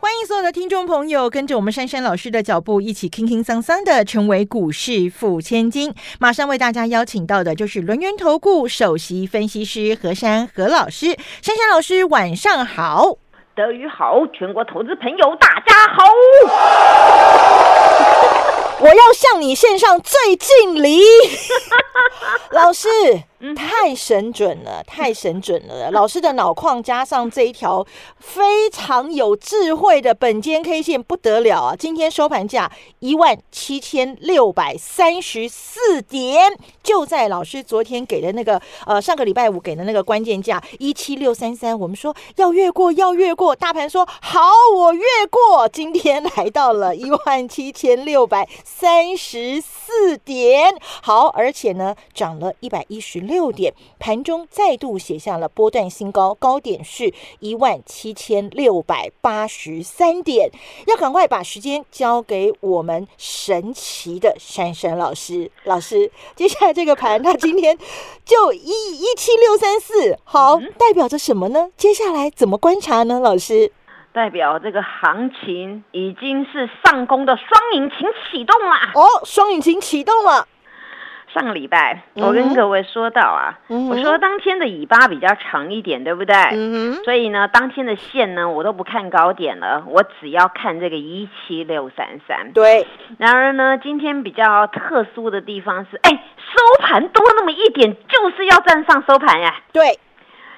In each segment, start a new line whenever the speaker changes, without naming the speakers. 欢迎所有的听众朋友，跟着我们珊珊老师的脚步，一起轻轻桑桑的成为股市富千金。马上为大家邀请到的就是轮源投顾首席分析师何珊何老师。珊珊老师，晚上好。
德语好，全国投资朋友大家好。
我要向你献上最敬礼，老师太神准了，太神准了！老师的脑矿加上这一条非常有智慧的本间 K 线不得了啊！今天收盘价一万七千六百三十四点，就在老师昨天给的那个呃上个礼拜五给的那个关键价一七六三三，我们说要越过，要越过，大盘说好，我越过，今天来到了一万七千六百三十四点，好，而且呢涨了一百一十六点，盘中再度写下了波段新高，高点是一万七千六百八十三点，要赶快把时间交给我们神奇的珊珊老师，老师，接下来这个盘它今天就一一七六三四，好，代表着什么呢？接下来怎么观察呢？老师，
代表这个行情已经是上攻的双引擎启动啦。
哦，双引擎启动了，
上个礼拜
嗯哼
我跟各位说到啊，
嗯哼
我说当天的尾巴比较长一点，对不对？
嗯哼，
所以呢，当天的线呢，我都不看高点了，我只要看这个一七六三三。
对，
然而呢，今天比较特殊的地方是，哎，收盘多那么一点，就是要站上收盘呀、
对，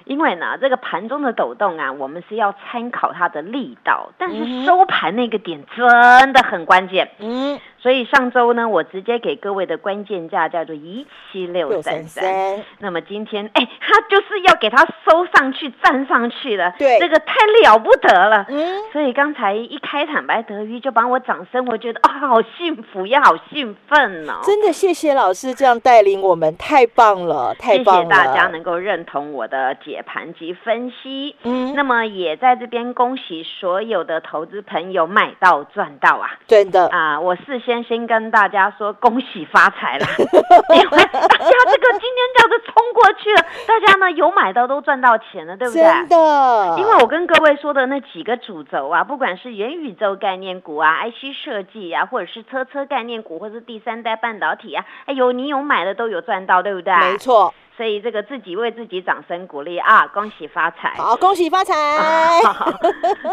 因为呢，这个盘中的抖动啊，我们是要参考它的力道，但
嗯哼
是收盘那个点真的很关键。
嗯，
所以上周呢，我直接给各位的关键价叫做一七
六
六
三
三三。
三，
那么今天，哎，它就是要给它收上去、站上去了，
对
这个太了不得了。
嗯，
所以刚才一开场，白德瑜就帮我掌声，我觉得啊、好幸福呀，好兴奋哦！
真的谢谢老师这样带领我们，太棒了，太
谢
棒
谢
了，
大家能够认同我的解盘及分析。
嗯，
那么也在这边恭喜所有的投资朋友买到赚到啊！
真的，
啊，我事先先跟大家说恭喜发财 啦，因为大家这个今天这样子冲过去了，大家呢有买到都赚到钱了，对不对？
真的，
因为我跟各位说的那几个主轴啊，不管是元宇宙概念股啊、IC 设计啊，或者是车车概念股，或者是第三代半导体啊，哎呦，你有买的都有赚到，对不对？
没。错，
所以这个自己为自己掌声鼓励啊，恭喜发财！
好，恭喜发财，
好，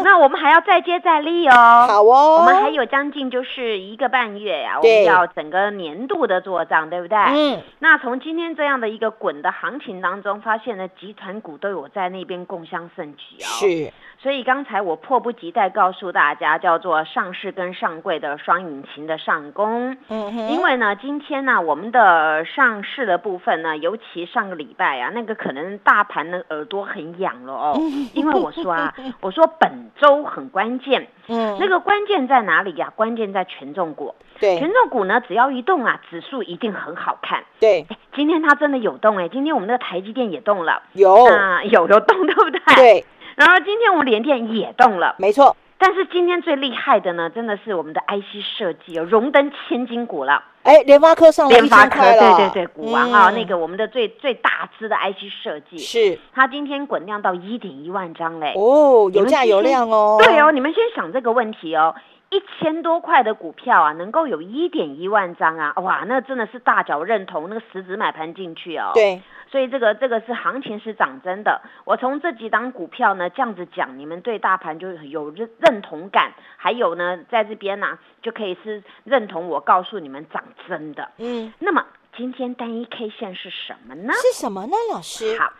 那我们还要再接再厉哦。
好哦，
我们还有将近就是一个半月呀、我
对
们要整个年度的做账，对不对？
嗯，
那从今天这样的一个滚的行情当中，发现呢，集团股都有在那边共襄盛举哦。。
是，
所以刚才我迫不及待告诉大家，叫做上市跟上柜的双引擎的上攻。
嗯哼，
因为呢，今天呢、我们的上市的部分呢，尤其上个礼拜啊，那个可能大盘的耳朵很痒 了哦。因为我说啊，我说本周很关键，
嗯，
那个关键在哪里呀、关键在权重股，
对
权重股呢，只要一动啊，指数一定很好看。
对
哎，今天它真的有动哎，今天我们的台积电也动了，
有，
啊，有有动，对不对？。
哦对，嗯
然后今天我们联电也动了，
没错，
但是今天最厉害的呢，真的是我们的 IC 设计哦，荣登千金股了，
哎，联发科上了
联
一
发
千
科，
块了，
对对对，股王啊、
嗯
那个我们的最最大只的 IC 设计，
是
它今天滚量到一点一万张嘞。
哦，
哎你
有
们
价
先
有量哦，
对哦，，你们先想这个问题哦。一千多块的股票啊，能够有一点一万张啊，哇，那真的是大脚认同那个十指买盘进去哦。，
对，
所以这个这个是行情是涨真的。我从这几档股票呢这样子讲，你们对大盘就有认认同感，还有呢在这边呢、就可以是认同我告诉你们涨真的。
嗯，
那么今天单一 K 线是什么呢？
是什么呢，老师？
啊好，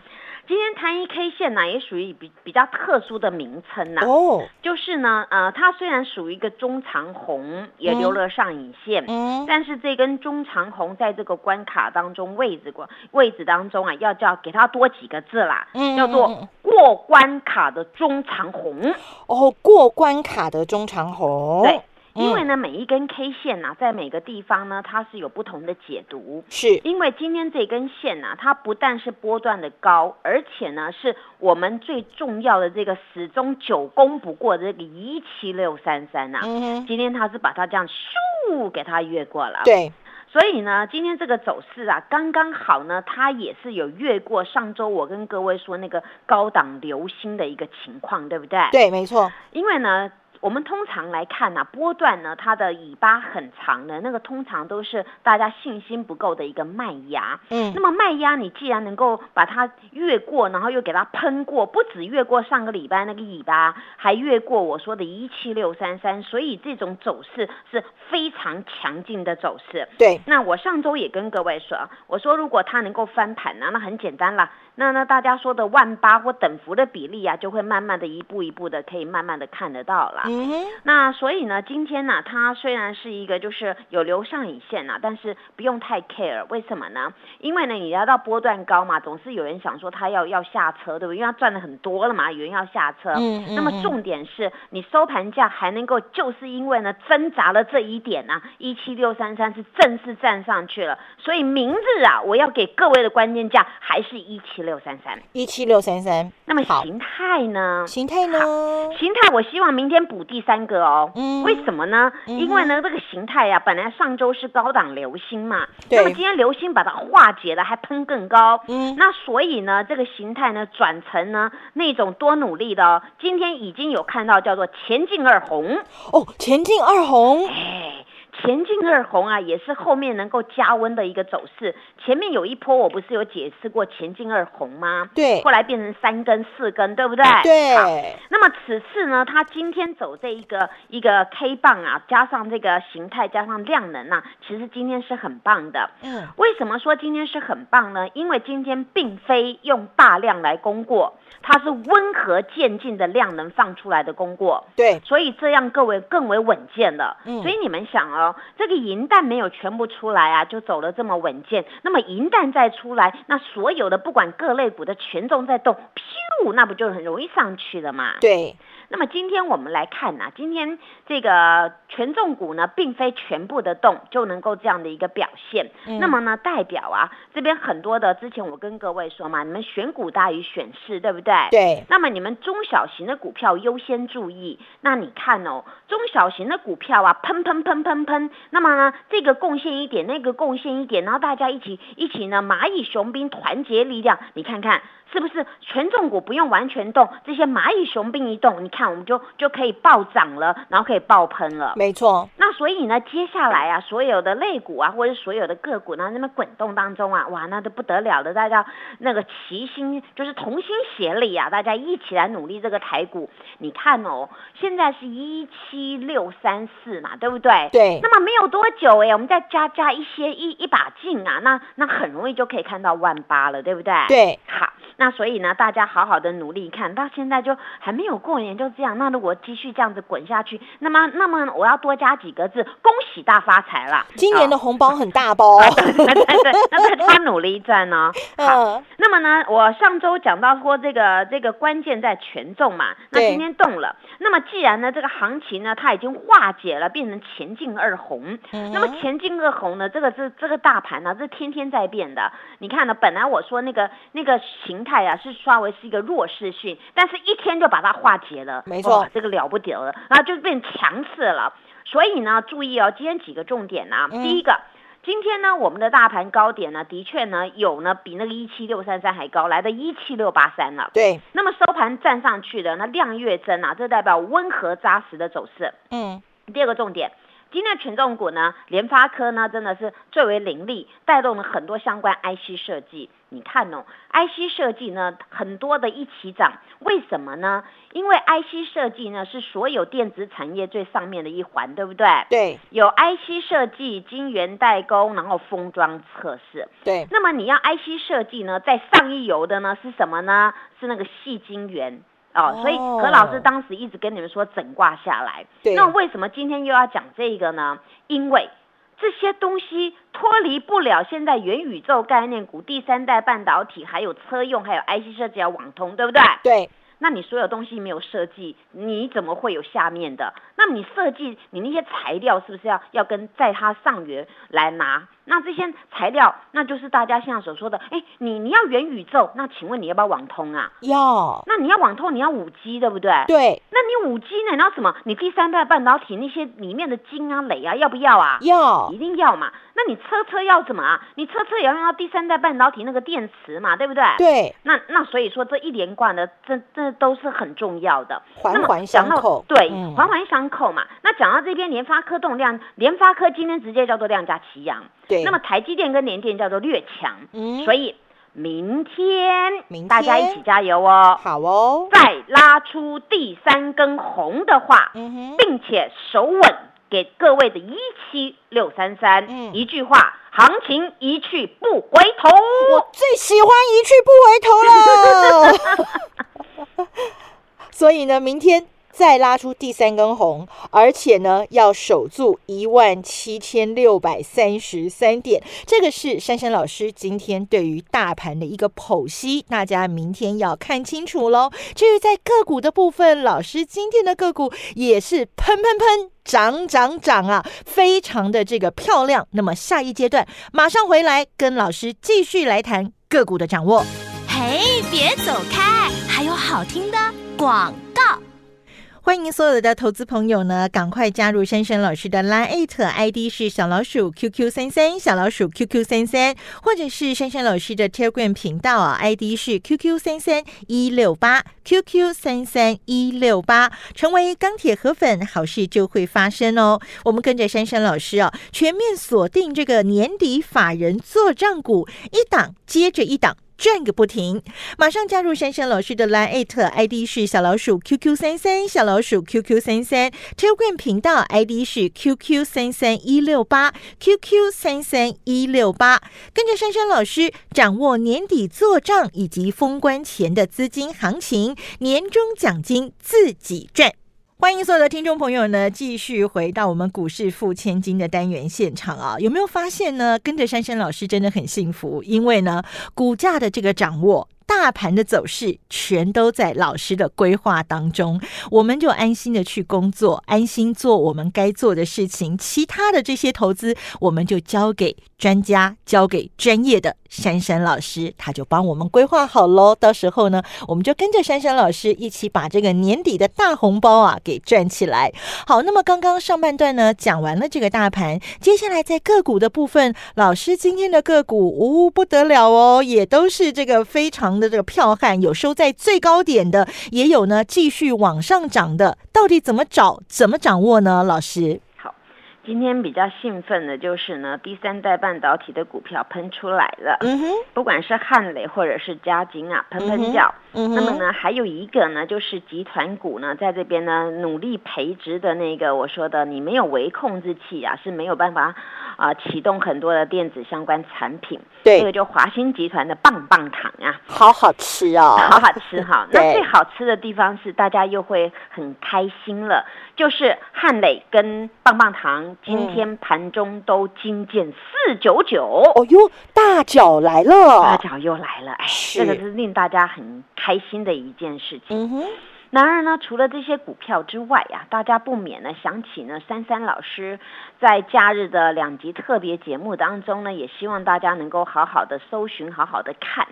今天单一 K 线呢也属于比比较特殊的名称呐、
哦，
就是呢，呃，它虽然属于一个中长红，也
嗯
留了上影线，
嗯，
但是这根中长红在这个关卡当中位置过位置当中啊，要叫给它多几个字啦，
嗯
叫
嗯嗯
做过关卡的中长红。
哦哦，过关卡的中长红，
对，因为呢，每一根 K 线呐、在每个地方呢，它是有不同的解读。
是
因为今天这根线呐、它不但是波段的高，而且呢，是我们最重要的这个始终久攻不过的这个一七六三三呐。
嗯哼，
今天它是把它这样咻给它越过了。
对，
所以呢，今天这个走势啊，刚刚好呢，它也是有越过上周我跟各位说那个高档流星的一个情况，对不对？。
对，没错，
因为呢，我们通常来看呢、波段呢，它的尾巴很长的，那个通常都是大家信心不够的一个卖压。
嗯
那么卖压，你既然能够把它越过，然后又给它喷过，不止越过上个礼拜那个尾巴，还越过我说的一七六三三，所以这种走势是非常强劲的走势。
对，
那我上周也跟各位说，我说如果它能够翻盘呢、那很简单啦。那那大家说的万八或等幅的比例啊，就会慢慢的一步一步的可以慢慢的看得到啦。
嗯哼，
那所以呢，今天呢、它虽然是一个就是有留上影线呐、但是不用太 care，为什么呢？因为呢，你来到波段高嘛，总是有人想说他要要下车，对不对？因为他赚的很多了嘛，有人要下车。
嗯嗯
那么
嗯
重点是你收盘价还能够，就是因为呢挣扎了这一点呐、1一七六三三是正式站上去了，所以明日啊，我要给各位的关键价还是一七六三三。
一七六三三，
那么
好，
形态呢？
形态呢？
形态，我希望明天补第三个哦。
嗯
为什么呢？
嗯
因为呢，这个形态呀、本来上周是高档流星嘛，
对
那么今天流星把它化解了，还喷更高。
嗯
那所以呢，这个形态呢转成呢那种多努力的哦，今天已经有看到叫做前进二红，
哦，前进二红，
哎，前进二红啊，也是后面能够加温的一个走势。前面有一波我不是有解释过前进二红吗？
对
后来变成三根四根，对不对？好
对，
那么此次呢，它今天走这一个一个 K 棒啊，加上这个形态，加上量能啊，其实今天是很棒的。
嗯，
为什么说今天是很棒呢？因为今天并非用大量来供过，它是温和渐进的量能放出来的供过。
对，
所以这样各位更为稳健了。
嗯
所以你们想哦，这个银弹没有全部出来啊，就走了这么稳健。那么银弹再出来，那所有的不管各类股的权重在动，咻，那不就很容易上去了嘛？
对，
那么今天我们来看呐、啊今天这个权重股呢，并非全部的动就能够这样的一个表现。
嗯
那么呢，代表啊，这边很多的，之前我跟各位说嘛，你们选股大于选市，对不对？
对，
那么你们中小型的股票优先注意。那你看哦，中小型的股票啊，喷喷喷喷喷，那么呢，这个贡献一点，那个贡献一点，然后大家一起一起呢，蚂蚁雄兵团结力量，你看看是不是权重股不用完全动，这些蚂蚁雄兵一动，你看我们就就可以暴涨了，然后可以爆喷了。
没错，
那所以呢，接下来啊，所有的类股啊，或者所有的个股呢，那么滚动当中啊，哇，那都不得了的，大家那个齐心，就是同心协力啊，大家一起来努力这个台股。你看哦，现在是一七六三四嘛，对不对？
对
那么没有多久哎，我们再加加一些一一把劲啊，那那很容易就可以看到万八了，对不对？。
对，
好，那所以呢，大家好好的努力看，到现在就还没有过年就这样。那如果继续这样子滚下去，那么那么我要多加几个字，恭喜大发财啦！
今年的
哦、
红包很大包，
那对，那大家努力赚哦。好，
嗯，
那么呢，我上周讲到说这个这个关键在权重嘛，那
对
今天动了。那么既然呢这个行情呢它已经化解了，变成前进二红，
嗯
那么前进二红呢？这个这这个大盘呢、这天天在变的。你看呢，本来我说那个那个形态啊，是稍微是一个弱势讯，但是一天就把它化解了，
没错
哇这个了不得了，然后就变强势了。所以呢，注意哦，今天几个重点呢、
嗯
第一个。今天呢，我们的大盘高点呢，的确呢有呢比那个一七六三三还高，来的一七六八三了。
对，
那么收盘站上去的，那量越增啊，这代表温和扎实的走势。
嗯，
第二个重点，今天的权重股呢，联发科呢真的是最为凌厉，带动了很多相关 IC 设计。你看哦，IC 设计呢很多的一起涨，为什么呢？因为 IC 设计呢是所有电子产业最上面的一环，对不对？
对，
有 IC 设计、晶圆代工，然后封装测试。
对，
那么你要 IC 设计呢，在上一游的呢是什么呢？是那个细晶圆。哦
哦，
所以何老师当时一直跟你们说整挂下来，
对
那为什么今天又要讲这个呢？因为这些东西脱离不了现在元宇宙概念股、第三代半导体，还有车用，还有 IC 设计、还有网通，对不对？
对，
那你所有东西没有设计，你怎么会有下面的？那么你设计你那些材料是不是要要跟在它上缘来拿？那这些材料，那就是大家现在所说的，哎，你你要元宇宙，那请问你要不要网通啊？
要
那你要网通，你要五 G 对不对？
对
那你五 G 呢？然后什么？你第三代半导体那些里面的晶啊、磊啊，要不要啊？
要
一定要嘛。那你车车要怎么啊？你车车也要用到第三代半导体那个电池嘛，对不对？。
对
那那所以说这一连贯的，这这都是很重要的，
环
那么
环相
讲到
扣
对，
嗯
环环相扣嘛。那讲到这边，联发科动量，联发科今天直接叫做量价齐扬，
对，
那么台积电跟联电叫做略强，
嗯
所以明天
明
大家一
天
起加油哦。
好哦，
再拉出第三根红的话，
嗯哼，
并且手稳给各位的一七六三
嗯
三，一句话，行情一去不回头。
我最喜欢一去不回头了。 所以呢，明天再拉出第三根红，而且呢，要守住一万七千六百三十三点。这个是珊珊老师今天对于大盘的一个剖析，大家明天要看清楚喽。至于在个股的部分，老师今天的个股也是喷喷喷。涨涨涨啊，非常的这个漂亮。那么下一阶段马上回来跟老师继续来谈个股的掌握。
嘿，别走开，还有好听的广告。
欢迎所有的投资朋友呢，赶快加入珊珊老师的 Line ID 是小老鼠 QQ 三三，小老鼠 QQ 三三，或者是珊珊老师的 Telegram 频道啊，ID 是 QQ 三三一六八 QQ 三三一六八，成为钢铁河粉，好事就会发生哦。我们跟着珊珊老师啊，全面锁定这个年底法人做账股，一档接着一档。赚个不停，马上加入珊珊老师的 Line ID 是小老鼠 QQ 三三，小老鼠 QQ 三三，Telegram 频道 ID 是 QQ 三三一六八，QQ 三三一六八，跟着珊珊老师掌握年底做账以及封关前的资金行情，年终奖金自己赚。欢迎所有的听众朋友呢，继续回到我们股市付千金的单元现场啊！有没有发现呢？跟着珊珊老师真的很幸福，因为呢，股价的这个掌握。大盘的走势全都在老师的规划当中，我们就安心的去工作，安心做我们该做的事情。其他的这些投资，我们就交给专家，交给专业的珊珊老师，他就帮我们规划好喽。到时候呢，我们就跟着珊珊老师一起把这个年底的大红包啊给赚起来。好，那么刚刚上半段呢讲完了这个大盘，接下来在个股的部分，老师今天的个股哦不得了哦，也都是这个非常的这个票悍，有收在最高点的，也有呢继续往上涨的。到底怎么找，怎么掌握呢？老师，
好，今天比较兴奋的就是呢，第三代半导体的股票喷出来了，
嗯哼，
不管是汉磊或者是嘉金啊，喷
嗯哼
喷叫。
嗯
那么，呢，还有一个呢，就是集团股呢，在这边呢努力培植的那个，我说的，你没有微控制器啊，是没有办法啊、启动很多的电子相关产品。这个
对，
就华兴集团的棒棒糖啊，
好好吃哦，
好好吃哈。
对
那最好吃的地方是大家又会很开心了，就是汉磊跟棒棒糖今天盘中都金见四九九。
哦哟，大脚来了，
八角又来了，哎，
是
这个是令大家很开心的一件事情。
嗯哼，
然而呢，除了这些股票之外呀、大家不免呢想起呢珊珊老师在假日的两集特别节目当中呢，也希望大家能够好好的搜寻，好好的看，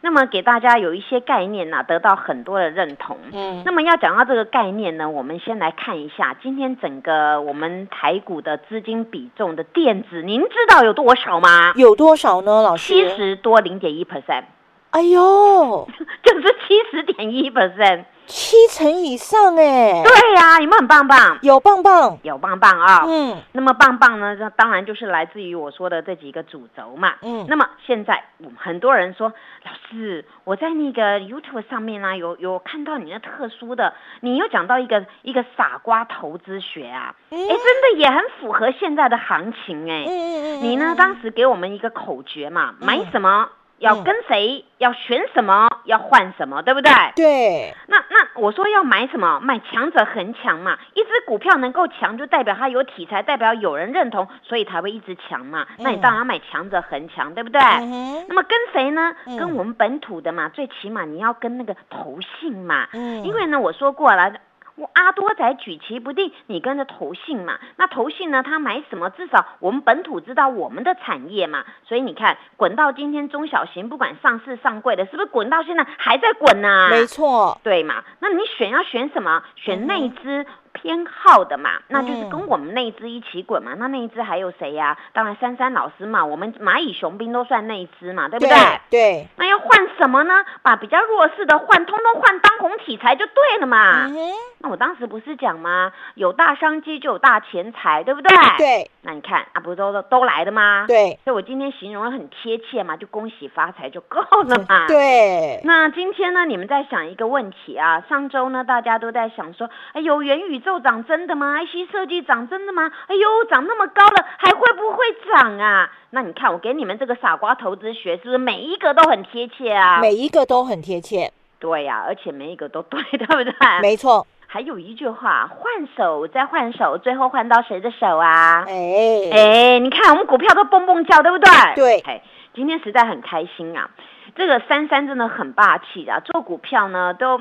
那么给大家有一些概念呐、得到很多的认同。
嗯
那么要讲到这个概念呢，我们先来看一下今天整个我们台股的资金比重的电子，您知道有多少吗？
有多少呢？老师，
七，十多零点一 percent，
哎呦，
就是七十点一 percent。
七成以上哎，
对呀、有没有很棒棒？
有棒棒，
有棒棒啊、
嗯
那么棒棒呢，这当然就是来自于我说的这几个主轴嘛。
嗯，
那么现在我们很多人说，老师，我在那个 YouTube 上面啊，有有看到你的特殊的，你又讲到一个一个傻瓜投资学啊，哎，
嗯
真的也很符合现在的行情哎、
嗯嗯嗯，
你呢，当时给我们一个口诀嘛，买什么？要
嗯
跟谁，要选什么，要换什么，对不对？
对，
那那我说要买什么？买强者恒强嘛，一只股票能够强，就代表它有题材，代表有人认同，所以才会一直强嘛。那你当然要买强者恒强，对不对？
嗯哼，
那么跟谁呢？
嗯
跟我们本土的嘛，最起码你要跟那个投信嘛，
嗯
因为呢，我说过了。我阿多仔举棋不定，你跟着投信嘛？那投信呢？他买什么？至少我们本土知道我们的产业嘛。所以你看，滚到今天中小型，不管上市上柜的，是不是滚到现在还在滚啊呢、
没错，
对嘛？那你选要选什么？选那
嗯
一只偏好的嘛，那就是
嗯
跟我们那一只一起滚嘛。那那一只还有谁呀、当然珊珊老师嘛，我们蚂蚁雄兵都算那一只嘛，对不对？
对，
那要换什么呢？把比较弱势的换，通通换当红题材就对了嘛。
嗯哼，
那我当时不是讲吗？有大商机就有大钱财，对不对？。
对
那你看啊，不是都都都来的吗？。
对
所以我今天形容的很贴切嘛，就恭喜发财就够了嘛。。
嗯对，
啊那今天呢，你们在想一个问题啊。上周呢，大家都在想说，哎呦，元宇宙涨真的吗？IC 设计涨真的吗？哎呦，涨那么高了，还会不会涨啊？那你看，我给你们这个傻瓜投资学，是不是每一个都很贴切啊？
每一个都很贴切，
对呀、而且每一个都对， 对不对？
没错，
还有一句话，换手再换手，最后换到谁的手啊？
哎，
哎，你看我们股票都蹦蹦叫，对不对？
对
哎，今天实在很开心啊！这个珊珊真的很霸气啊，做股票呢都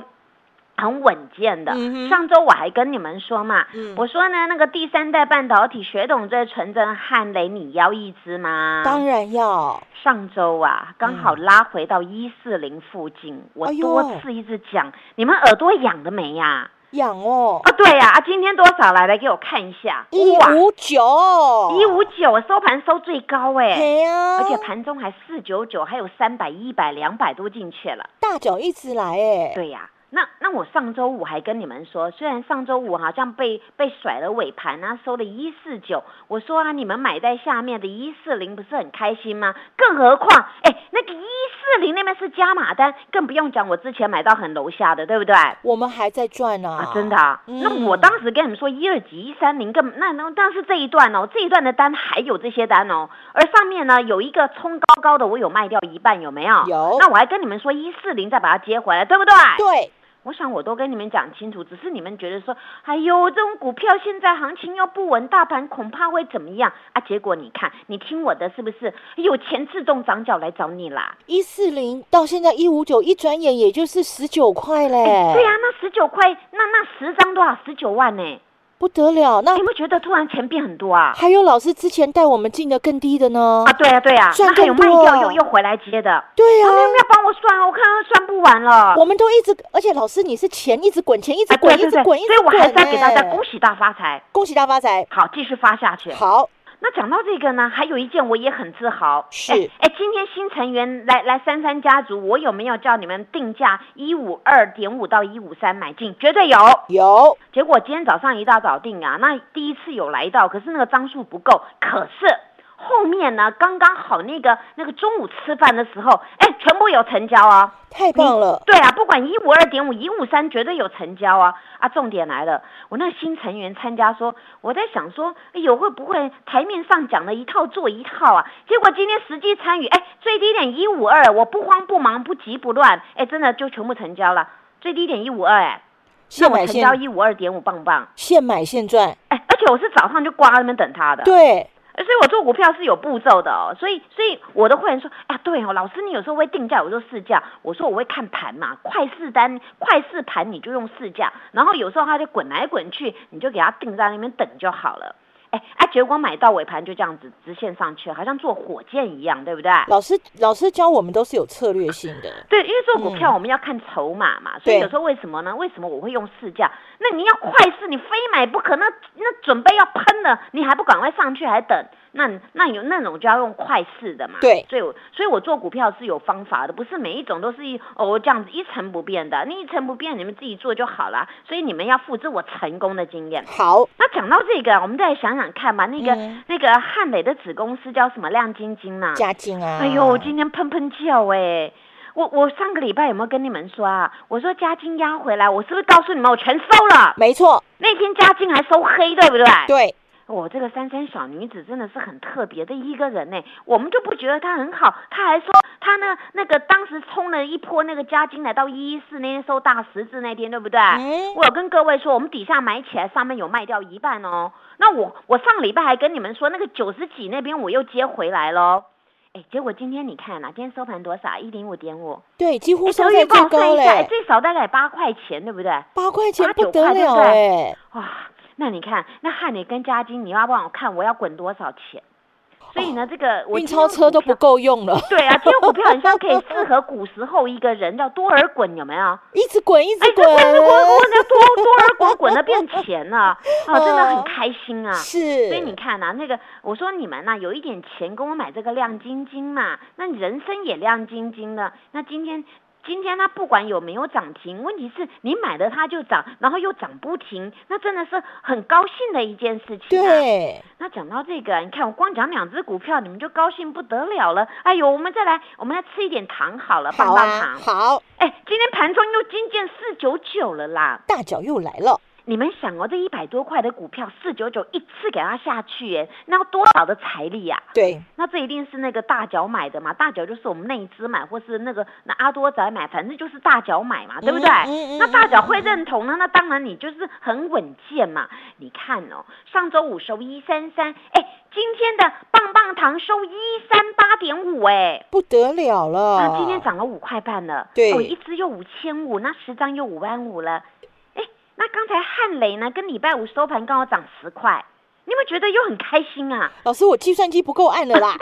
很稳健的。
嗯哼
上周我还跟你们说嘛，
嗯
我说呢，那个第三代半导体学董这纯正汉雷，你要一支吗？
当然要，
上周啊，刚好拉回到一四零附近，我
嗯哎呦
多次一直讲，你们耳朵痒了没呀、
养哦
啊，，对呀、啊，今天多少来？来给我看一下，
一
哇，
五九，
一五九收盘收最高哎、
嘿呀，
而且盘中还四九九，还有三百、一百、两百都进去了。
大脚一直来，哎，
对呀、那那我上周五还跟你们说，虽然上周五好像被被甩了尾盘啊，收了一四九，我说啊，你们买在下面的一四零不是很开心吗？更何况，哎，那个一四零那边是加码单，更不用讲，我之前买到很楼下的，对不对？
我们还在赚呢、
啊，真的、啊！那我
嗯
当时跟你们说一二级、一三零，更那那但是这一段哦，这一段的单还有这些单哦，而上面呢有一个冲高高的，我有卖掉一半，有没有？
有
那我还跟你们说一四零再把它接回来，对不对？
对，
我想我都跟你们讲清楚，只是你们觉得说，哎呦，这种股票现在行情又不稳，大盘恐怕会怎么样啊？结果你看，你听我的是不是？哎有钱自动长脚来找你啦？
一四零到现在一五九，一转眼也就是十九块嘞，
哎对呀、那十九块，那那十张多少？十九万呢、
不得了。那
你有没有觉得突然钱变很多啊？
还有老师之前带我们进的更低的呢，
啊，对呀、对呀、
赚
那还有
更
卖
多
掉又又回来接的，
对呀、
啊，你有没有帮我算啊？我看他算不完了。
我们都一直，而且老师你是钱一直滚，钱一直
啊，对
滚，
对
一
对，
直
所
滚，一直
以
滚、
我还是要给大家
哎
恭喜大发财。
恭喜大发财。
好，继续发下去。
好，
那讲到这个呢，还有一件我也很自豪，
是
哎哎，今天新成员来来三三家族，我有没有叫你们定价一五二点五到一五三买进？绝对有。
有
结果今天早上一大早定啊，那第一次有来到，可是那个张数不够，可是后面呢，刚刚好那个那个中午吃饭的时候，哎，全部有成交哦。
太棒了，
对啊，不管一五二点五、一五三，绝对有成交啊！啊，重点来了，我那个新成员参加说，我在想说，哎呦，会不会台面上讲的一套做一套啊？结果今天实际参与，哎，最低点一五二，我不慌不忙，不急不乱，哎，真的就全部成交了，最低点一五二，哎，那
现
我
买
成交
现
一五二点五，棒不棒？
现买现赚，
哎，而且我是早上就挂在那边等他的，
对，
所以我做股票是有步骤的哦，所以所以我的会员说，啊对哦，老师你有时候会定价，我说试价，我说我会看盘嘛，快试单、快试盘你就用试价，然后有时候他就滚来滚去，你就给他定在那边等就好了。哎啊，结果买到尾盘就这样子直线上去，好像坐火箭一样，对不对？
老师老师教我们都是有策略性的，
对，因为做股票
嗯
我们要看筹码嘛，所以
对
有时候为什么呢？为什么我会用市价？那你要快市，你非买不可，那那准备要喷了，你还不赶快上去，还等？那你那有那种就要用快市的嘛。
对
所以我所以我做股票是有方法的，不是每一种都是一哦这样子一成不变的。你一成不变，你们自己做就好啦。所以你们要复制我成功的经验。
好，
那讲到这个，我们再来想想看吧。那个、
嗯
那个汉磊的子公司叫什么？亮晶晶呐、
加金啊，
哎呦，今天喷喷叫哎、我我上个礼拜有没有跟你们说啊？我说嘉金压回来，我是不是告诉你们我全收了？
没错，
那天嘉金还收黑，对不对？
对，
我、这个珊珊小女子真的是很特别的一个人呢、我们就不觉得她很好，她还说它呢那个当时冲了一波那个加金来到一一四那天收大十字那天，对不对？
嗯
我有跟各位说，我们底下买起来，上面有卖掉一半哦。那我我上礼拜还跟你们说，那个九十几那边我又接回来喽。哎，结果今天你看呐、今天收盘多少？一零五点五，
对，几乎
哎
收
德
在
裕帮
最
我
高
算一下，哎
嘞，
最少大概八块钱，对不对？
八块钱
八
不
九
得
块对不
了
对
哎，
哇，啊那你看，那汉磊跟嘉金，你要帮我看我要滚多少钱？所以呢，这个我
哦运
今天
钞车都
股票
不。够用了，
对啊，这个股票很像可以适合古时候一个人叫多尔衮，有没 有？
一直滚，一
哎，
直
这滚滚滚，
滚，
那多多尔衮滚的变钱了，啊，真的很开心啊。
是，
所以你看呐、那个我说你们呐、有一点钱跟我买这个亮晶晶嘛，那你人生也亮晶晶的。那今天今天它不管有没有涨停，问题是你买的它就涨，然后又涨不停，那真的是很高兴的一件事情、啊。。
对，
那讲到这个，你看我光讲两只股票，你们就高兴不得了了。哎呦，我们再来，我们来吃一点糖好了，棒
好
棒
啊，
糖。
好，
哎，今天盘中又金见四九九了啦。
大脚又来了，
你们想哦，这一百多块的股票，四九九一次给它下去，耶，那要多少的财力呀、
对，
那这一定是那个大脚买的嘛，大脚就是我们内资买，或是那个那阿多仔买，反正就是大脚买嘛，对不对？
嗯嗯嗯
那大脚会认同呢，那当然你就是很稳健嘛。你看哦，上周五收一三三，哎，今天的棒棒糖收一三八点五，哎。
不得了
啊，
了，
今天涨了五块半了，
哦对
哦，一只又五千五，那十张又五万五了。哎，那刚才汉雷呢，跟礼拜五收盘刚好涨十块，你有没有觉得又很开心啊？
老师，我计算机不够按了 啦，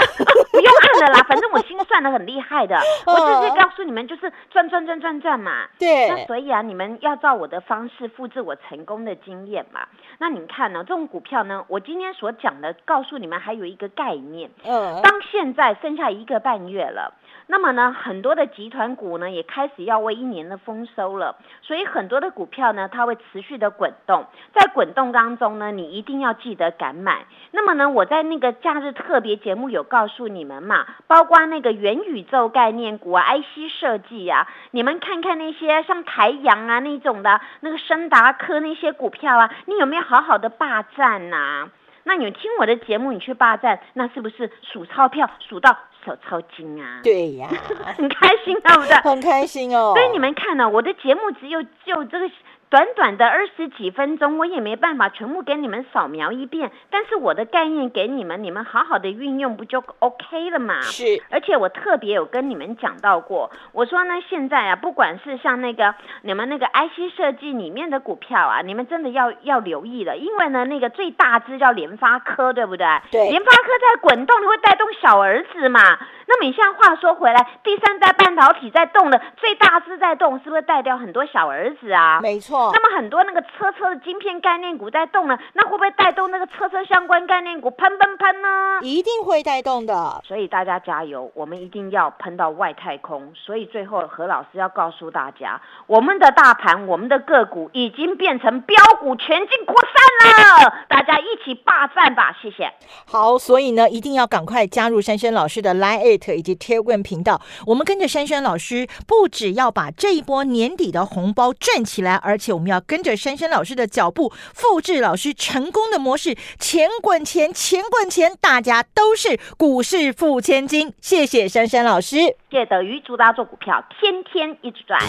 不用按了啦，反正我心算的很厉害 的，我只
嗯
是告诉你们，就是赚赚赚赚赚嘛。那
对，
所以啊，你们要照我的方式复制我成功的经验嘛。那你看呢、这种股票呢，我今天所讲的，告诉你们还有一个概念，
嗯，
当现在剩下一个半月了，那么呢，很多的集团股呢也开始要为一年的丰收了，所以很多的股票呢，它会持续的滚动，在滚动当中呢，你一定要记得敢买。那么呢，我在那个假日特别节目有告诉你们嘛，包括那个元宇宙概念股啊、IC 设计啊，你们看看那些像台阳啊那种的，那个深达科那些股票啊，你有没有好好的霸占啊呐、那你听我的节目，你去霸占，那是不是数钞票数到手抽筋啊？，
对呀，
很开心，对不对？
很开心哦，
所以你们看呢、我的节目只有就这个短短的二十几分钟，我也没办法全部给你们扫描一遍，但是我的概念给你们，你们好好的运用不就 OK 了嘛？
是，
而且我特别有跟你们讲到过，我说呢，现在啊，不管是像那个你们那个 IC 设计里面的股票啊，你们真的要要留意了，因为呢，那个最大只叫联发科，对不对？
对
联发科在滚动，它会带动小儿子嘛。那么你现在话说回来，第三代半导体在动的，最大只在动，是不是带掉很多小儿子啊？
没错，
那么很多那个车车的晶片概念股在动了，那会不会带动那个车车相关概念股喷喷喷呢？
一定会带动的，
所以大家加油，我们一定要喷到外太空。所以最后何老师要告诉大家，我们的大盘、我们的个股已经变成标股全境扩散了，大家一起霸占吧！谢谢。
好，所以呢，一定要赶快加入珊珊老师的 Line It 以及 t a l w i n 频道。我们跟着珊珊老师，不只要把这一波年底的红包赚起来，而且我们要跟着珊珊老师的脚步，复制老师成功的模式，钱滚钱，钱滚钱，大家都是股市富千金。谢谢珊珊老师。
谢谢德瑜，祝大家做股票天天一直赚。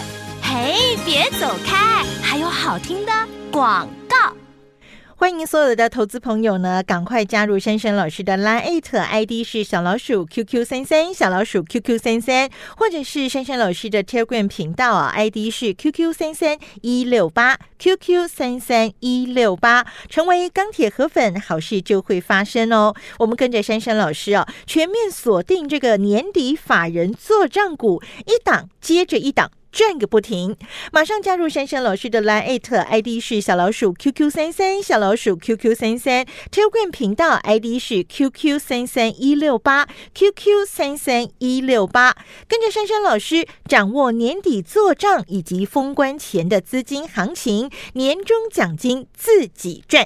嘿，别走开，还有好听的广告。
欢迎所有的投资朋友呢，赶快加入珊珊老师的 Line ID 是小老鼠 QQ 三三，小老鼠 QQ 三三，或者是珊珊老师的 Telegram 频道啊，ID 是 QQ 三三一六八 QQ 三三一六八，成为钢铁河粉，好事就会发生哦。我们跟着珊珊老师啊，全面锁定这个年底法人做账股，一档接着一档。赚个不停，马上加入珊珊老师的 Line at ID 是小老鼠 QQ 三三，小老鼠 QQ 三三，Telegram 频道 ID 是 QQ 三三一六八，QQ 三三一六八，跟着珊珊老师掌握年底做账以及封关前的资金行情，年终奖金自己赚。